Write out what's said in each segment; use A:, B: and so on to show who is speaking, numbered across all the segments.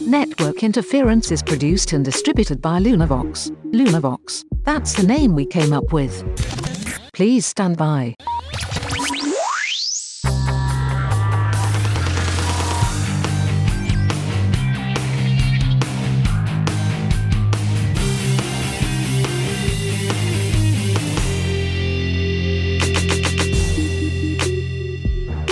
A: Network Interference is produced and distributed by Lunavox. Lunavox. That's the name we came up with. Please stand by.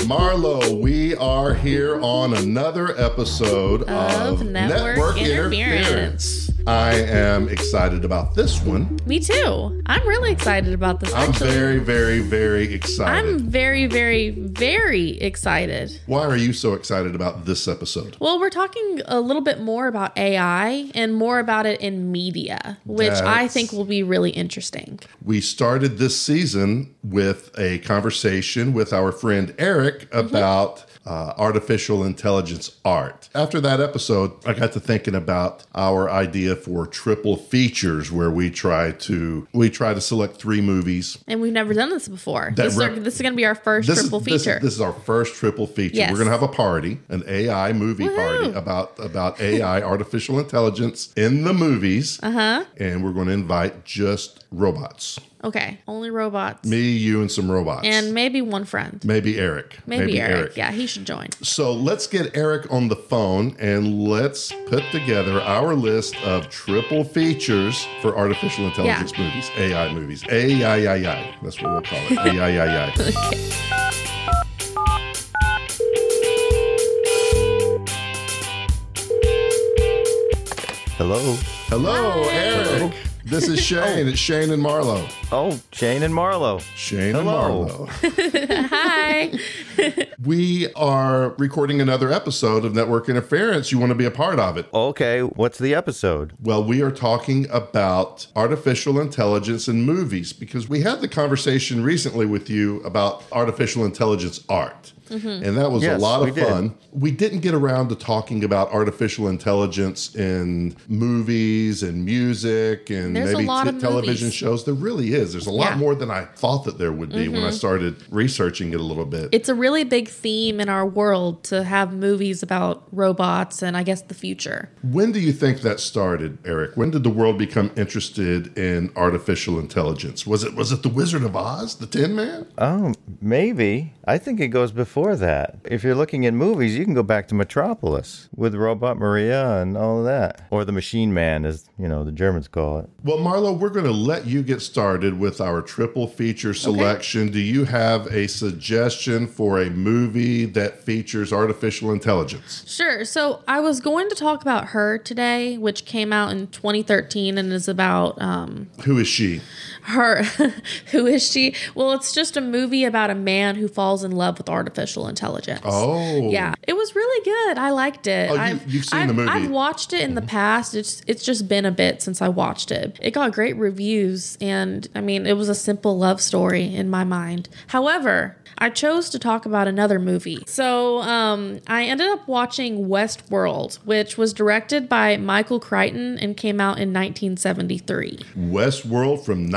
B: Marlo, we are here on another episode of,
C: Of Network Interference.
B: I am excited about this one.
C: Me too. I'm really excited about this.
B: I'm
C: actually,
B: very, very, very excited.
C: I'm very, very, very excited.
B: Why are you so excited about this episode?
C: Well, we're talking a little bit more about AI and more about it in media, which I
B: That's-
C: think will be really interesting.
B: We started this season with a conversation with our friend Eric
C: Mm-hmm.
B: about uh, artificial intelligence art. After that episode, I got to thinking about our idea for triple features, where we try to we try to select three movies
C: And we've never done this before.
B: That
C: This, is our-
B: rep-
C: this is going to be our first
B: this
C: triple
B: is, this is-
C: feature.
B: This, is our first triple feature.
C: Yes.
B: We're going to have a party, an AI movie party
C: Woohoo.
B: about about AI, artificial intelligence in the movies. Uh-huh. And we're going to invite just robots.
C: okay, only robots
B: Me, you and some robots.
C: and maybe one friend.
B: maybe Eric.
C: Maybe, Eric. Yeah, he should join.
B: So let's get Eric on the phone and let's put together our list of triple features for artificial intelligence movies, AI movies. AI, AI, AI. That's what we'll call it. AI, AI, AI.
D: Hello.
B: Hello, Eric. This is Shane. It's Shane and Marlo.
D: Oh, Shane and Marlo.
B: Shane
D: Hello.
B: and Marlo.
C: Hi.
B: We are recording another episode of Network Interference. You want to be a part of it?
D: Okay, what's the episode?
B: Well, we are talking about artificial intelligence in movies because we had the conversation recently with you about artificial intelligence art.
C: Mm-hmm.
B: And that was
D: Yes,
B: a lot
D: we
B: of
D: did.
B: fun. We didn't get around to talking about artificial intelligence in movies and music and
C: There's a
B: maybe
C: lot
B: t-
C: of
B: television
C: movies.
B: shows. There really is. There's a lot
C: Yeah. Mm-hmm.
B: more than I thought that there would be when I started researching it a little bit.
C: it's a really big theme in our world to have movies about robots and I guess the future.
B: When do you think that started, Eric? When did the world become interested in artificial intelligence? Was it was it the Wizard of Oz, the Tin Man?
C: Uh.
D: Oh, maybe. I think it goes before that. If you're looking at movies, you can go back to Metropolis with Robot Maria and all of that. Or the Machine Man, as, you know, the Germans call it.
B: Well, Marlo, we're going to let you get started with our triple feature selection. Do you have a suggestion for a movie that features artificial intelligence?
C: Sure. So I was going to talk about her today, which came out in 2013 and is about um,
B: Who is she?
C: her. who is she? Well, it's just a movie about a man who falls in love with artificial intelligence.
B: Oh,
C: Yeah, it was really good. I liked it.
B: Oh, you-
C: I've,
B: you've seen
C: I've,
B: the movie. Mm-hmm.
C: I've watched it in the past. It's it's just been a bit since I watched it. It got great reviews, and I mean, it was a simple love story in my mind. However, I chose to talk about another movie. So um, I ended up watching Westworld, which was directed by Michael Crichton and came out in 1973.
B: Westworld from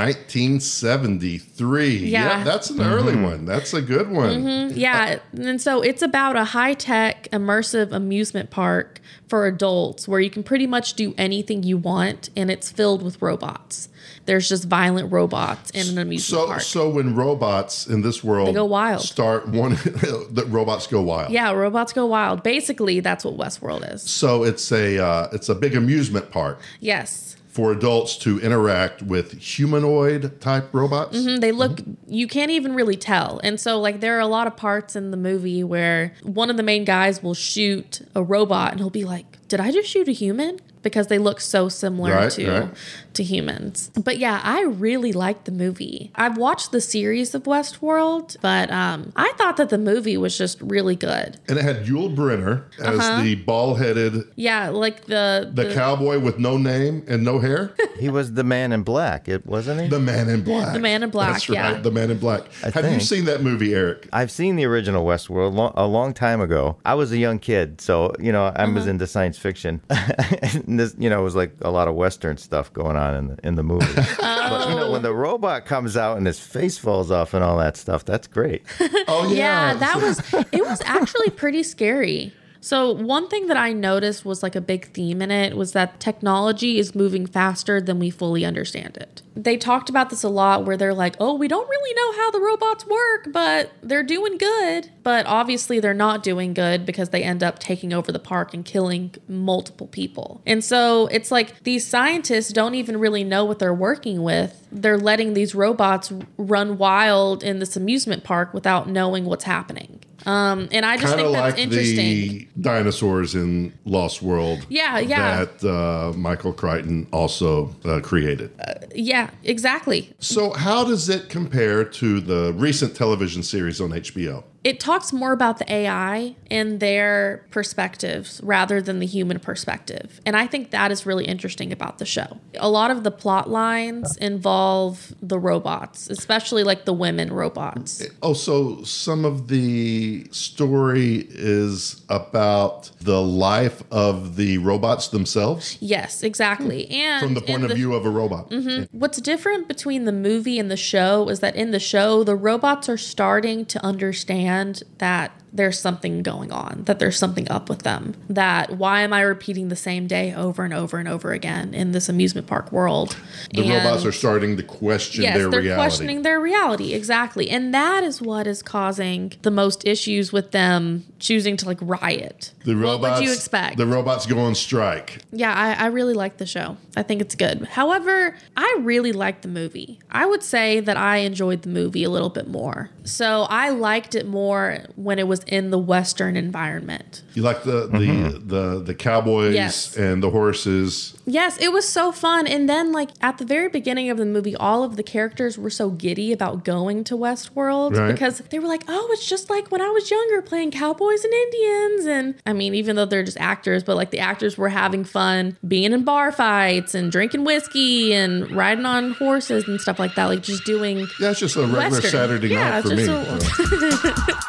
B: 1973.
C: Yeah. Mm-hmm.
B: that's an early one. That's a good one.
C: Yeah, and so it's about a high tech, immersive amusement park for adults where you can pretty much do anything you want, and it's filled with robots. There's just violent robots in an amusement
B: So,
C: park.
B: so when robots in this world
C: They go wild.
B: start one, the robots go wild.
C: yeah, robots go wild. Basically, that's what Westworld is.
B: So it's a uh, it's a big amusement park
C: Yes.
B: for adults to interact with humanoid type robots.
C: And They look,
B: Mm-hmm.
C: you can't even really tell. And so, like, there are a lot of parts in the movie where one of the main guys will shoot a robot and he'll be like, Did I just shoot a human? Because they look so similar
B: Right,
C: to
B: right.
C: to humans. But yeah, I really liked the movie. I've watched the series of Westworld, but um, I thought that the movie was just really good.
B: And it had Yul Brynner as the bald headed
C: Yeah, like Uh-huh. the
B: the cowboy with no name and no hair,
D: He was the man in black, it wasn't he?
B: the Man in Black.
C: The Man in Black,
B: That's
C: yeah.
B: right. The Man in Black.
D: I
B: Have you
D: think.
B: seen that movie, Eric?
D: I've seen the original Westworld lo- a long time ago. I was a young kid, so you know I was into science fiction. and this, you know, it was like a lot of Western stuff going on in the in the movie. But you know, when the robot comes out and his face falls off and all that stuff, that's great.
B: Oh yeah,
C: yeah, that was it was actually pretty scary. So, one thing that I noticed was like a big theme in it was that technology is moving faster than we fully understand it. They talked about this a lot where they're like, oh, we don't really know how the robots work, but they're doing good. But obviously, they're not doing good because they end up taking over the park and killing multiple people. And so, it's like these scientists don't even really know what they're working with. They're letting these robots run wild in this amusement park without knowing what's happening. Um, and I just
B: Kind of
C: think that's
B: like
C: interesting.
B: the dinosaurs in Lost World.
C: Yeah, yeah.
B: That uh, Michael Crichton also uh, created.
C: Yeah, exactly.
B: So, how does it compare to the recent television series on HBO?
C: It talks more about the AI and their perspectives rather than the human perspective. And I think that is really interesting about the show. A lot of the plot lines involve the robots, especially like the women robots.
B: Oh, so some of the story is about the life of the robots themselves
C: Yes, exactly. And Mm-hmm.
B: from the
C: in
B: point of view of a robot.
C: What's different between the movie and the show is that in the show, the robots are starting to understand that there's something going on, that there's something up with them, that why am I repeating the same day over and over and over again in this amusement park world?
B: The
C: And-
B: robots are starting to question
C: Yes,
B: their
C: they're
B: reality.
C: questioning their reality exactly, and that is what is causing the most issues with them choosing to like riot.
B: the robots,
C: what would you expect?
B: The robots go on strike.
C: Yeah, I, I really like the show. I think it's good. However, I really liked the movie. I would say that I enjoyed the movie a little bit more. So I liked it more when it was in the Western environment.
B: You like the the the, the cowboys
C: Yes.
B: and the horses.
C: Yes, it was so fun. And then, like, at the very beginning of the movie, all of the characters were so giddy about going to Westworld
B: Right.
C: because they were like, oh, it's just like when I was younger playing cowboys and Indians. And I mean, even though they're just actors, but like the actors were having fun being in bar fights and drinking whiskey and riding on horses and stuff like that, like just doing.
B: Yeah, it's just a regular
C: Western.
B: Saturday
C: Yeah,
B: night for me.
C: just a-
B: so.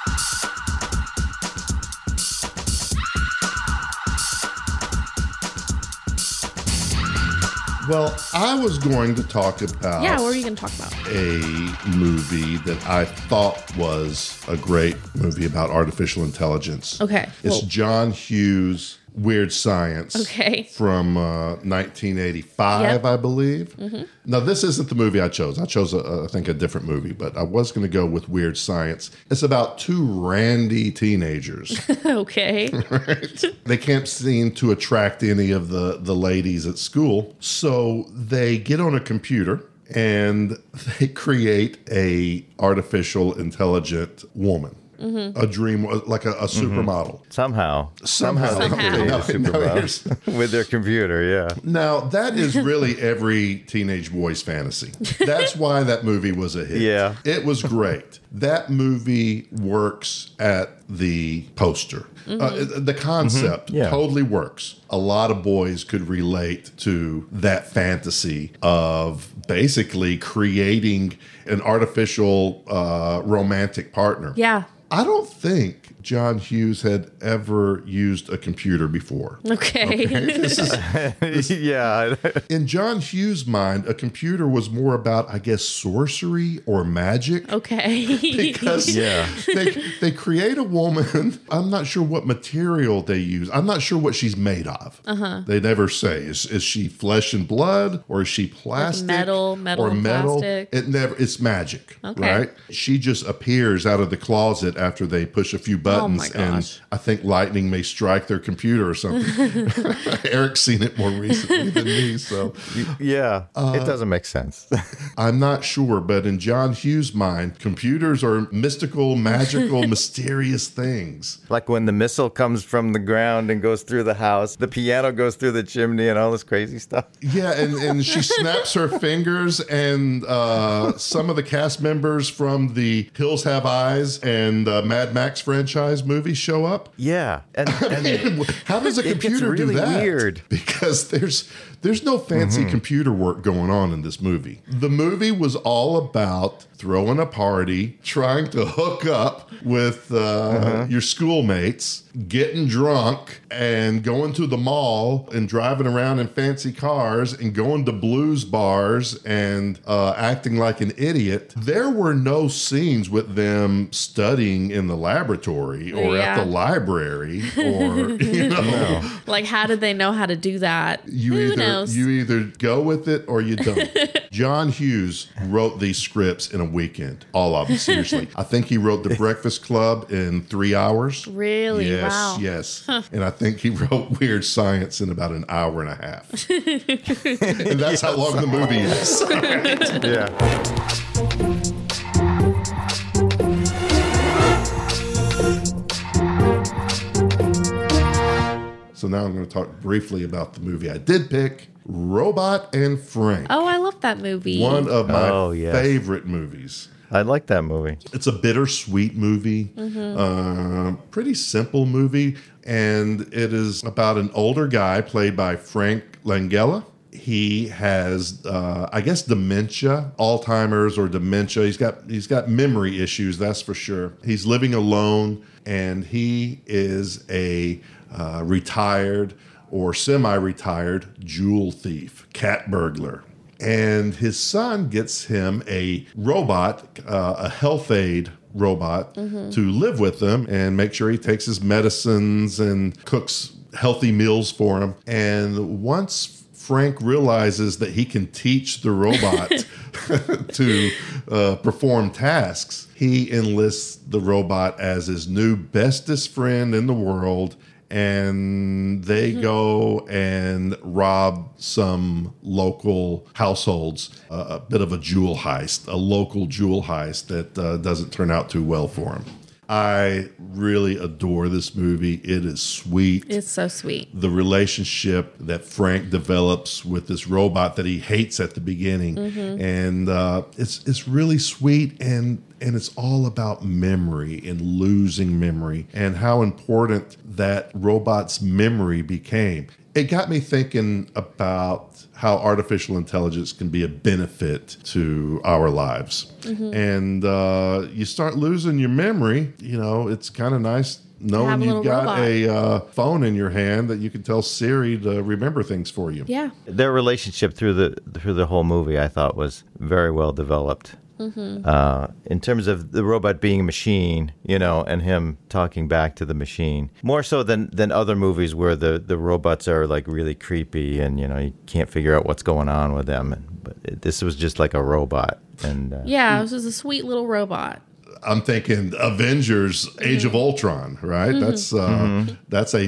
B: well, I was going to talk about
C: Yeah, what were you going to talk about?
B: a movie that I thought was a great movie about artificial intelligence.
C: Okay,
B: It's
C: well-
B: John Hughes' Weird Science.
C: Okay.
B: From uh, 1985,
C: Yep. Mm-hmm.
B: I believe. Now, this isn't the movie I chose. I chose, a- a- I think, a different movie, but I was going to go with Weird Science. It's about two randy teenagers.
C: Okay.
B: they can't seem to attract any of the the ladies at school so they get on a computer and they create a artificial intelligent woman a dream like a, a supermodel
D: Mm-hmm. Somehow,
B: somehow,
D: they
C: Somehow.
D: created
B: Now-
D: a
B: now
D: superpower
B: here's-
D: with their computer. Yeah.
B: now that is really every teenage boy's fantasy. That's why that movie was a hit.
D: Yeah.
B: It was great. That movie works at the poster. Uh, the concept
D: Yeah.
B: totally works. A lot of boys could relate to that fantasy of basically creating an artificial uh, romantic partner.
C: yeah.
B: I don't think John Hughes had ever used a computer before.
C: Okay.
B: This is
D: yeah.
B: in John Hughes' mind, a computer was more about, I guess, sorcery or magic.
C: Okay.
B: Because
D: Yeah.
B: they, they create a woman. I'm not sure what material they use. I'm not sure what she's made of. Uh-huh. They never say. Is, is she flesh and blood or is she plastic?
C: metal- metal and plastic?
B: It never. It's magic,
C: Okay.
B: right? She just appears out of the closet after they push a few buttons,
C: Oh gosh.
B: and I think lightning may strike their computer or something. Eric's seen it more recently than me, so
D: Yeah. it doesn't make sense.
B: I'm not sure, but in John Hughes' mind, computers are mystical, magical, mysterious things.
D: like when the missile comes from the ground and goes through the house, the piano goes through the chimney and all this crazy stuff.
B: Yeah, and, and she snaps her fingers, and uh, some of the cast members from the Hills Have Eyes and uh, Mad Max franchise movie show up.
D: Yeah. And, and
B: How does a
D: It gets
B: computer do
D: really
B: that?
D: weird.
B: Because there's there's no fancy computer work going on in this movie. The movie was all about throwing a party, trying to hook up with uh, your schoolmates, getting drunk and going to the mall and driving around in fancy cars and going to blues bars and uh, acting like an idiot. There were no scenes with them studying in the laboratory or at the
C: Yeah.
B: library or, you know.
C: Like, how did they know how to do that?
B: You
C: Who
B: either
C: knows?
B: you either go with it or you don't. John Hughes wrote these scripts in a weekend, all of them. Seriously, I think he wrote The Breakfast Club in three hours.
C: really?
B: Yes,
C: wow.
B: yes. And I think he wrote Weird Science in about an hour and a half. and that's how long the movie is.
D: Yeah.
B: So now I'm going to talk briefly about the movie I did pick Robot and Frank.
C: Oh, I love that movie.
B: One of my
D: Oh, yes.
B: favorite movies.
D: I like that movie.
B: It's a bittersweet movie, uh, pretty simple movie, and it is about an older guy played by Frank Langella. He has, uh, I guess, dementia, Alzheimer's or dementia. He's got he's got memory issues, that's for sure. He's living alone, and he is a uh, retired or semi-retired jewel thief, cat burglar and his son gets him a robot, uh, a health aid robot, to live with him and make sure he takes his medicines and cooks healthy meals for him. And once Frank realizes that he can teach the robot to uh, perform tasks, he enlists the robot as his new bestest friend in the world and they go and rob some local households uh, a bit of a jewel heist a local jewel heist that uh, doesn't turn out too well for them i really adore this movie it is sweet
C: It's so sweet.
B: the relationship that Frank develops with this robot that he hates at the beginning,
C: Mm-hmm.
B: and uh, it's it's really sweet and and it's all about memory and losing memory and how important that robot's memory became. It got me thinking about how artificial intelligence can be a benefit to our lives,
C: Mm-hmm.
B: and uh, you start losing your memory. You know, it's kind of nice knowing
C: have a
B: you've
C: little
B: got
C: robot.
B: a uh, phone in your hand that you can tell Siri to remember things for you.
C: Yeah.
D: Their relationship through the through the whole movie, I thought, was very well developed.
C: Mm-hmm.
D: Uh, in terms of the robot being a machine, you know, and him talking back to the machine, more so than than other movies where the the robots are like really creepy and you know you can't figure out what's going on with them. And, but it, this was just like a robot, and uh,
C: Yeah. This is a sweet little robot.
B: I'm thinking Avengers: Age
C: Mm-hmm.
B: of Ultron, right? That's uh, that's a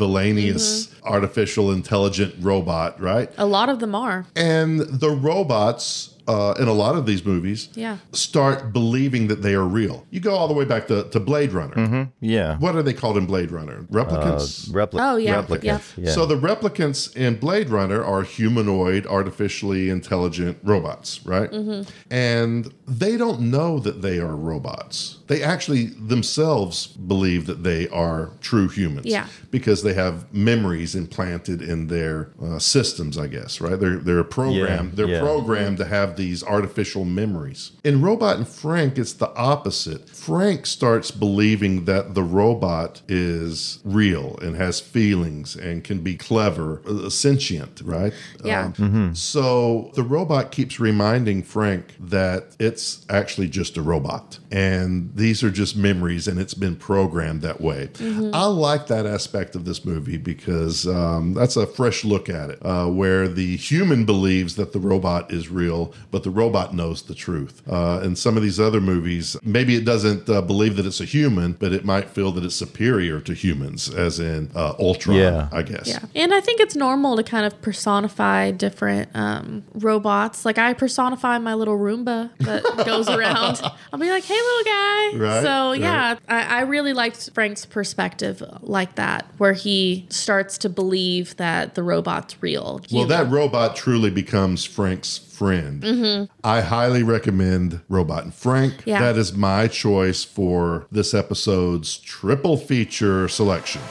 B: villainous
C: Mm-hmm.
B: artificial intelligent robot, right?
C: A lot of them are.
B: And the robots uh, in a lot of these movies
C: Yeah.
B: start believing that they are real. You go all the way back to, to Blade Runner.
D: yeah,
B: What are they called in Blade Runner? Replicants.
D: Repli-
C: Oh, yeah,
D: replicants,
C: yeah.
B: So the replicants in Blade Runner are humanoid, artificially intelligent robots, right?
C: Mm-hmm.
B: And they don't know that they are robots. They actually themselves believe that they are true humans,
C: Yeah.
B: because they have memories implanted in their uh, systems, I guess, right? They're they're programmed.
D: Yeah,
B: they're
D: yeah.
B: programmed to have these artificial memories. In Robot and Frank, it's the opposite. Frank starts believing that the robot is real and has feelings and can be clever, uh, sentient, right? Um,
C: Yeah.
B: So the robot keeps reminding Frank that it's actually just a robot and these are just memories and it's been programmed that way. I like that aspect of this movie because um, that's a fresh look at it uh, where the human believes that the robot is real, but the robot knows the truth. Uh, in some of these other movies, maybe it doesn't uh, believe that it's a human, but it might feel that it's superior to humans, as in uh, Ultron,
D: Yeah.
B: I guess.
C: Yeah. And I think it's normal to kind of personify different um, robots. Like I personify my little Roomba that goes around. I'll be like, hey, little guy.
B: Right,
C: so,
B: right.
C: yeah, I, I really liked Frank's perspective like that, where he starts to believe that the robot's real.
B: Well,
C: human.
B: that robot truly becomes Frank's friend. I highly recommend Robot and Frank.
C: Yeah.
B: That is my choice for this episode's triple feature selection.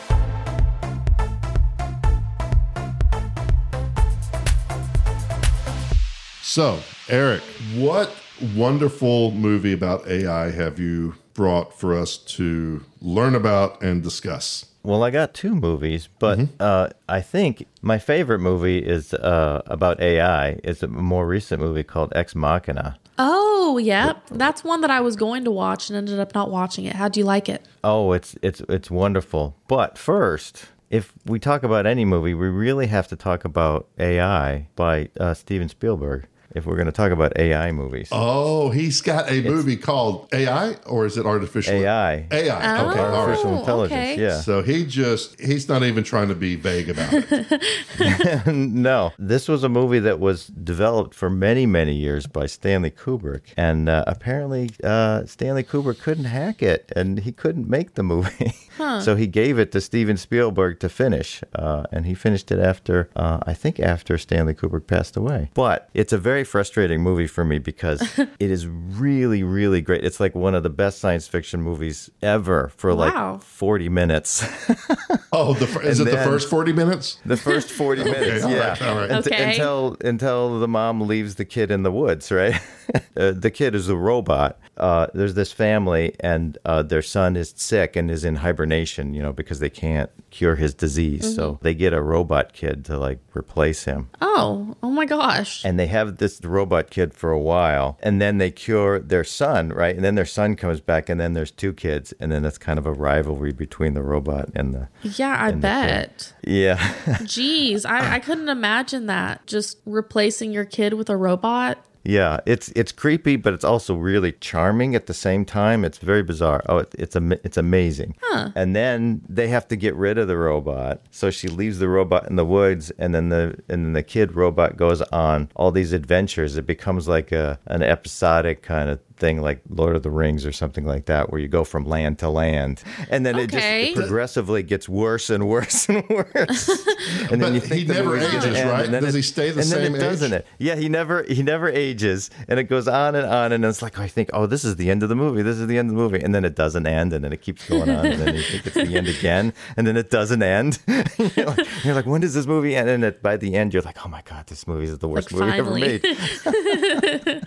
B: So, Eric, what wonderful movie about AI have you brought for us to learn about and discuss?
D: Well, I got two movies, but uh, I think my favorite movie is uh, about AI. It's a more recent movie called Ex Machina.
C: Oh, yep. That's one that I was going to watch and ended up not watching it. How'd you like it?
D: Oh, it's it's it's wonderful. But first, if we talk about any movie, we really have to talk about AI by uh, Steven Spielberg. If we're going to talk about AI movies,
B: Oh, he's got a movie called AI, or is it artificial?
D: AI.
B: AI. Okay. All right.
D: artificial
C: Oh,
D: intelligence.
C: okay.
D: Yeah.
B: So he just, he's not even trying to be vague about it.
D: No, this was a movie that was developed for many, many years by Stanley Kubrick, and uh, apparently uh, Stanley Kubrick couldn't hack it, and he couldn't make the movie, so he gave it to Steven Spielberg to finish, uh, and he finished it after uh, I think after Stanley Kubrick passed away. But it's a very frustrating movie for me because it is really, really great. It's like one of the best science fiction movies ever for
C: Wow.
D: like forty minutes.
B: Oh, the, fir- is it
D: And
B: the
D: then-
B: first 40 minutes?
D: The first 40 minutes,
B: all
D: yeah.
B: right, all right.
D: Unt-
C: Okay.
D: Until until the mom leaves the kid in the woods, right? uh, the kid is a robot. Uh, there's this family, and uh, their son is sick and is in hibernation, you know, because they can't cure his disease. So they get a robot kid to like replace him
C: Oh, oh my gosh.
D: and they have this robot kid for a while and then they cure their son right and then their son comes back and then there's two kids and then that's kind of a rivalry between the robot and the
C: Yeah, I bet.
D: yeah
C: Jeez, I, I couldn't imagine that. Just replacing your kid with a robot.
D: Yeah, it's it's creepy, but it's also really charming at the same time. It's very bizarre. Oh, it, it's am- it's amazing. And then they have to get rid of the robot, so she leaves the robot in the woods, and then the and then the kid robot goes on all these adventures. It becomes like a an episodic kind of thing, like Lord of the Rings or something like that, where you go from land to land, and then it just
C: Okay.
D: it progressively gets worse and worse and worse. and
B: But
D: then you
B: he
D: think the
B: never
D: movie's gonna
B: ages,
D: end,
B: right?
D: and then
B: Does
D: it-
B: he stay the
D: and then
B: same
D: it doesn't
B: age?
D: it. Yeah, he never he never ages, and it goes on and on, and it's like oh, I think, oh, this is the end of the movie. This is the end of the movie, and then it doesn't end, and then it keeps going on, and then you think it's the end again, and then it doesn't end. you're, like, you're like, when does this movie end? And at, by the end, you're like, oh my god, this movie is the worst
C: Like,
D: movie
C: finally.
D: ever made.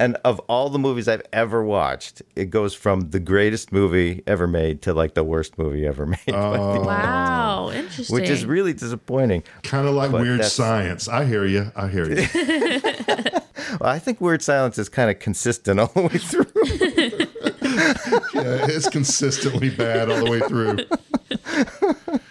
D: and of all the movies I've ever watched, it goes from the greatest movie ever made to like the worst movie ever made,
C: Oh. Wow, interesting.
D: which is really disappointing.
B: Kind of like weird
D: that's-
B: science. I hear you. I hear you.
D: Well, I think Weird Silence is kind of consistent all the way through.
B: Yeah, it's consistently bad all the way through.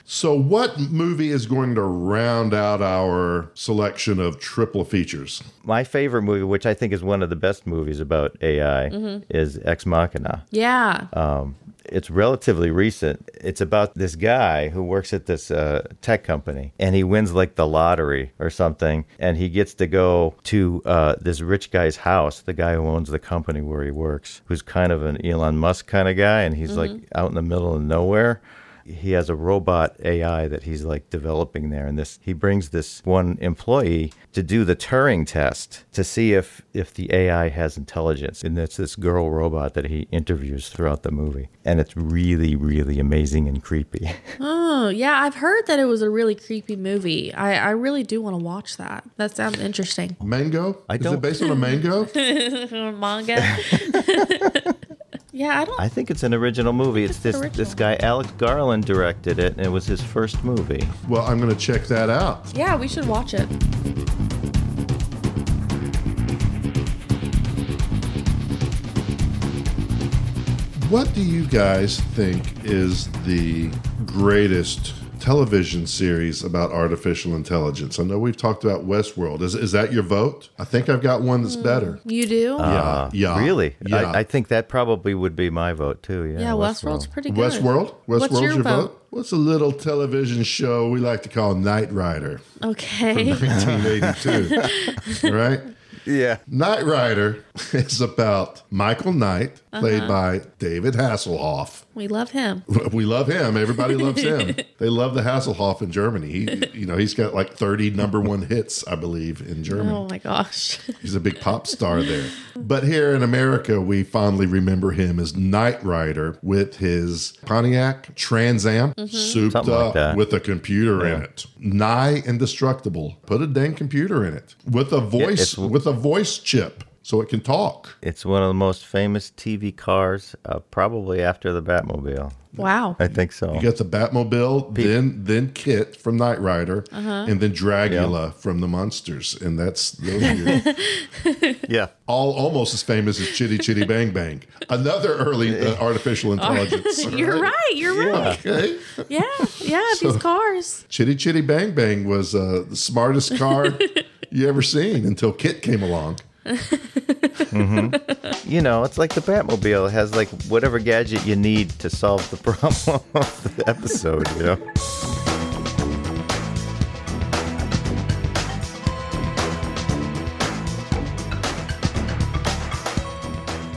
B: So, what movie is going to round out our selection of triple features?
D: my favorite movie, which I think is one of the best movies about AI, is Ex Machina.
C: yeah.
D: It's relatively recent. It's about this guy who works at this uh, tech company, and he wins like the lottery or something, and he gets to go to uh, this rich guy's house, the guy who owns the company where he works, who's kind of an Elon Musk kind of guy, and he's like out in the middle of nowhere he has a robot AI that he's like developing there, and this he brings this one employee to do the Turing test to see if if the AI has intelligence, and it's this girl robot that he interviews throughout the movie, and it's really really amazing and creepy.
C: oh, yeah. I've heard that it was a really creepy movie. I, I really do want to watch that. That sounds interesting.
B: Mango?
D: I
B: Is it
D: don't-
B: based on a mango?
C: Manga. yeah, I don't.
D: I think it's an original movie. It's this
C: original.
D: this guy Alex Garland directed it, and it was his first movie.
B: well, I'm going to check that out.
C: yeah, we should watch it.
B: What do you guys think is the greatest television series about artificial intelligence? I know we've talked about Westworld. Is, is that your vote? I think I've got one that's better.
C: You do?
B: Yeah,
D: Uh,
B: yeah.
D: really?
B: Yeah.
D: I, I think that probably would be my vote too. Yeah,
C: yeah, Westworld's pretty good.
B: Westworld? Westworld's
C: What's your, vote?
B: What's a little television show we like to call Knight Rider from
C: Okay.
B: 1982? right?
D: Yeah.
B: Knight Rider is about Michael Knight,
C: Uh-huh.
B: played by David Hasselhoff.
C: we love him.
B: We love him. Everybody loves him. they love the Hasselhoff in Germany. He, you know, he's got like 30 number one hits, I believe, in Germany.
C: Oh my gosh.
B: He's a big pop star there. But here in America, we fondly remember him as Knight Rider with his Pontiac Trans Am souped
D: Something like
B: up
D: that.
B: with a computer in it. Nigh indestructible. Put a dang computer in it with a voice
D: it's-
B: with a voice chip. so it can talk.
D: It's one of the most famous TV cars, uh, probably after the Batmobile.
C: Wow.
D: I think so.
B: You got the Batmobile, then then Kit from Knight Rider,
C: Uh-huh.
B: and then Dragula from the Monsters, and that's those are your-
D: yeah.
B: all almost as famous as Chitty Chitty Bang Bang, another early uh, artificial intelligence.
C: You're right. You're right.
B: Okay.
C: Yeah. Yeah. these cars.
B: Chitty Chitty Bang Bang was uh, the smartest car you ever seen until Kit came along.
D: You know, it's like the Batmobile. It has like whatever gadget you need to solve the problem of the episode, you know?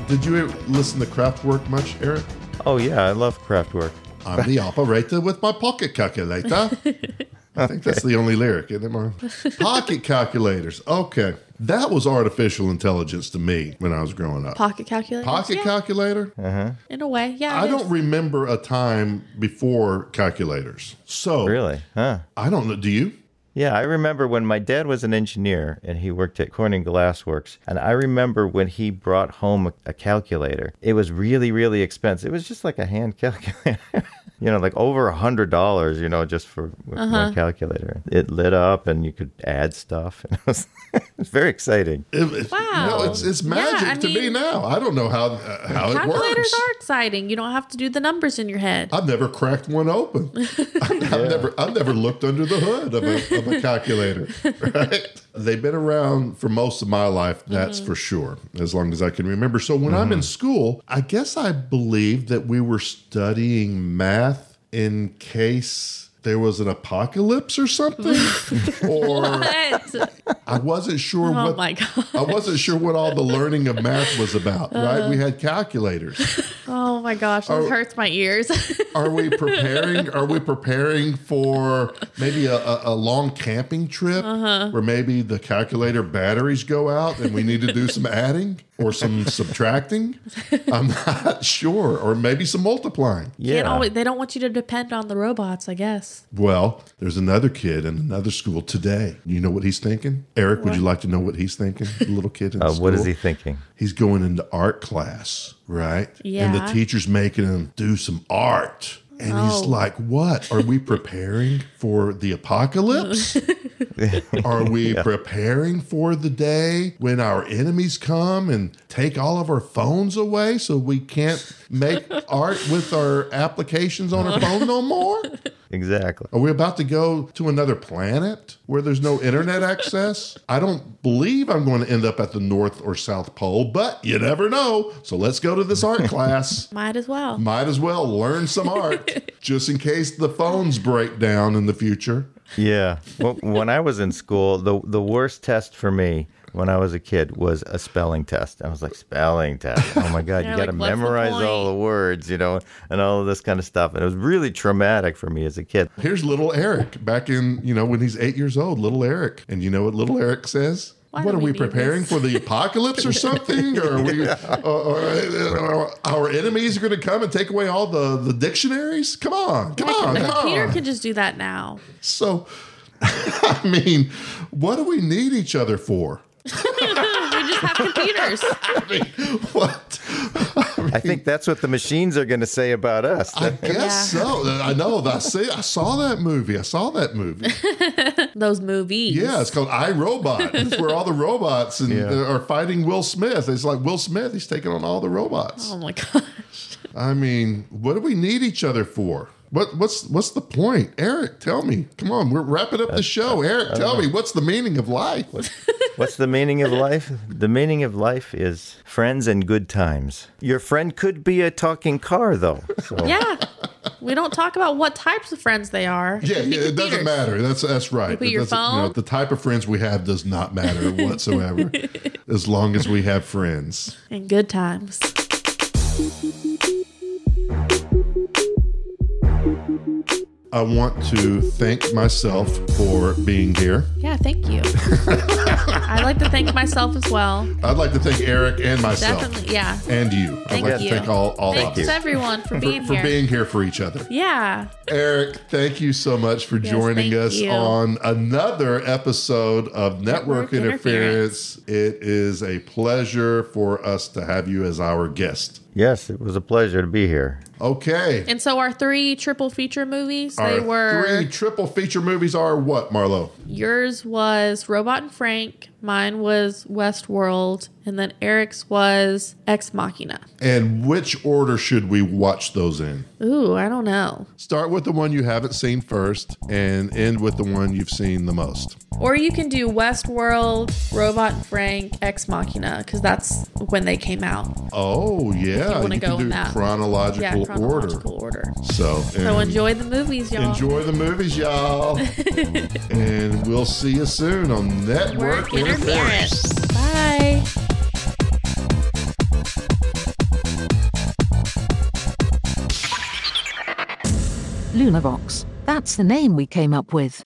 B: Did you ever listen to Kraftwerk much, Eric?
D: Oh, yeah. I love Kraftwerk.
B: I'm the operator with my pocket calculator. I think that's the only lyric, isn't it, Mark? Pocket calculators. Okay. That was artificial intelligence to me when I was growing up.
C: Pocket calculator.
B: Pocket
C: yeah,
B: calculator?
C: In a way. Yeah.
B: I
C: it
B: don't
C: is.
B: remember a time before calculators. So
D: Really? Huh.
B: I don't know. Do you?
D: Yeah, I remember when my dad was an engineer and he worked at Corning Glass Works. And I remember when he brought home a, a calculator. It was really, really expensive. It was just like a hand calculator. You know, like over a hundred dollars. You know, just for
C: Uh-huh.
D: one calculator. It lit up, and you could add stuff. And it was, it was very exciting.
B: It- it-
C: Wow.
B: No, it's it's
C: Yeah,
B: magic
C: I
B: to me
C: mean-
B: now. I don't know how uh, how it
C: Calculators
B: works.
C: are exciting. You don't have to do the numbers in your head.
B: I've never cracked one open. I've, I've never I've never looked under the hood of a, of a calculator. Right? They've been around for most of my life. That's
C: Mm-hmm.
B: for sure, as long as I can remember. So when I'm in school, I guess I believe that we were studying math in case there was an apocalypse or something, or
C: What?
B: I wasn't sure
C: oh
B: what
C: my god.
B: I wasn't sure what all the learning of math was about,
C: Uh-huh.
B: right? We had calculators.
C: Oh my gosh. This hurts my ears.
B: Are we preparing? Are we preparing for maybe a, a, a long camping trip where maybe the calculator batteries go out and we need to do some adding or some subtracting? I'm not sure, or maybe some multiplying.
D: Yeah.
C: Can't always, they don't want you to depend on the robots, I guess.
B: Well, there's another kid in another school today. You know what he's thinking, Eric? Would you like to know what he's thinking? The little kid in
D: Uh,
B: school.
D: what is he thinking?
B: he's going into art class, right? And the
C: Yeah.
B: teacher's making him do some art. And he's
C: Oh.
B: like, What? Are we preparing for the apocalypse? Are we preparing for the day when our enemies come and take all of our phones away so we can't make art with our applications on our phone no more?
D: Exactly.
B: Are we about to go to another planet where there's no internet access? I don't believe I'm going to end up at the North or South Pole, but you never know. So let's go to this art class.
C: Might as well.
B: Might as well learn some art just in case the phones break down in the future.
D: Yeah. Well, when I was in school, the the worst test for me when I was a kid was a spelling test. I was like, spelling test. Oh my God, you
C: Yeah,
D: got to
C: like, what's the
D: memorize all the words, you know, and all of this kind of stuff. And it was really traumatic for me as a kid.
B: Here's little Eric back in, you know, when he's eight years old, little Eric. And you know what little Eric says?
C: Why
B: what
C: do
B: are
C: we
B: we
C: do
B: preparing for the apocalypse or something? Or are we, uh, or, or- or uh, our enemies are going to come and take away all the, the dictionaries? Come on, come on, come
C: Peter
B: on.
C: can just do that now.
B: So, I mean, what do we need each other for?
C: We just have computers.
B: I mean, what?
D: I think that's what the machines are going to say about us.
B: I guess
C: Yeah.
B: so. I know. I see. I saw that movie. I saw that movie.
C: Those movies.
B: Yeah, it's called I Robot. It's where all the robots and
D: Yeah.
B: uh, are fighting Will Smith. It's like Will Smith. He's taking on all the robots.
C: Oh my gosh.
B: I mean, what do we need each other for? What what's what's the point, Eric? Tell me. Come on, we're wrapping up the show. Eric, tell me what's the meaning of life?
D: What's the meaning of life? The meaning of life is friends and good times. Your friend could be a talking car, though. So,
C: Yeah. We don't talk about what types of friends they are.
B: Yeah, yeah, it doesn't
C: computers.
B: matter. That's that's right.
C: put your
B: It doesn't-
C: phone?
B: the type of friends we have does not matter whatsoever, as long as we have friends.
C: And good times.
B: I want to thank myself for being here.
C: Yeah, thank you. I'd like to thank myself as well.
B: I'd like to thank Eric and myself.
C: Definitely. Yeah.
B: And you.
C: Thank
B: I'd like
C: you.
B: to thank all, all of
C: Thanks
B: you
C: everyone for being
B: for
C: here.
B: being here for each other.
C: yeah.
B: Eric, thank you so much for joining
C: thank
B: us
C: you.
B: on another episode of Network,
C: Network
B: Interference. It is a pleasure for us to have you as our guest.
D: Yes, it was a pleasure to be here.
B: Okay.
C: And so our three triple feature movies,
B: our
C: they were
B: three triple feature movies are what, Marlo?
C: yours was Robot and Frank, mine was Westworld, and then Eric's was Ex Machina.
B: And which order should we watch those in?
C: Ooh, I don't know.
B: Start with the one you haven't seen first and end with the one you've seen the most.
C: Or you can do Westworld, Robot and Frank, Ex Machina, because that's when they came out.
B: Oh, yeah.
C: wanna go
B: can do
C: in that-
B: chronological,
C: Yeah, chronological
B: order.
C: order.
B: So,
C: So
B: and-
C: enjoy the movies, y'all.
B: Enjoy the movies, y'all. and we'll see you soon on Network
C: Work
B: Interference.
C: interference. Bye.
A: Lunavox. That's the name we came up with.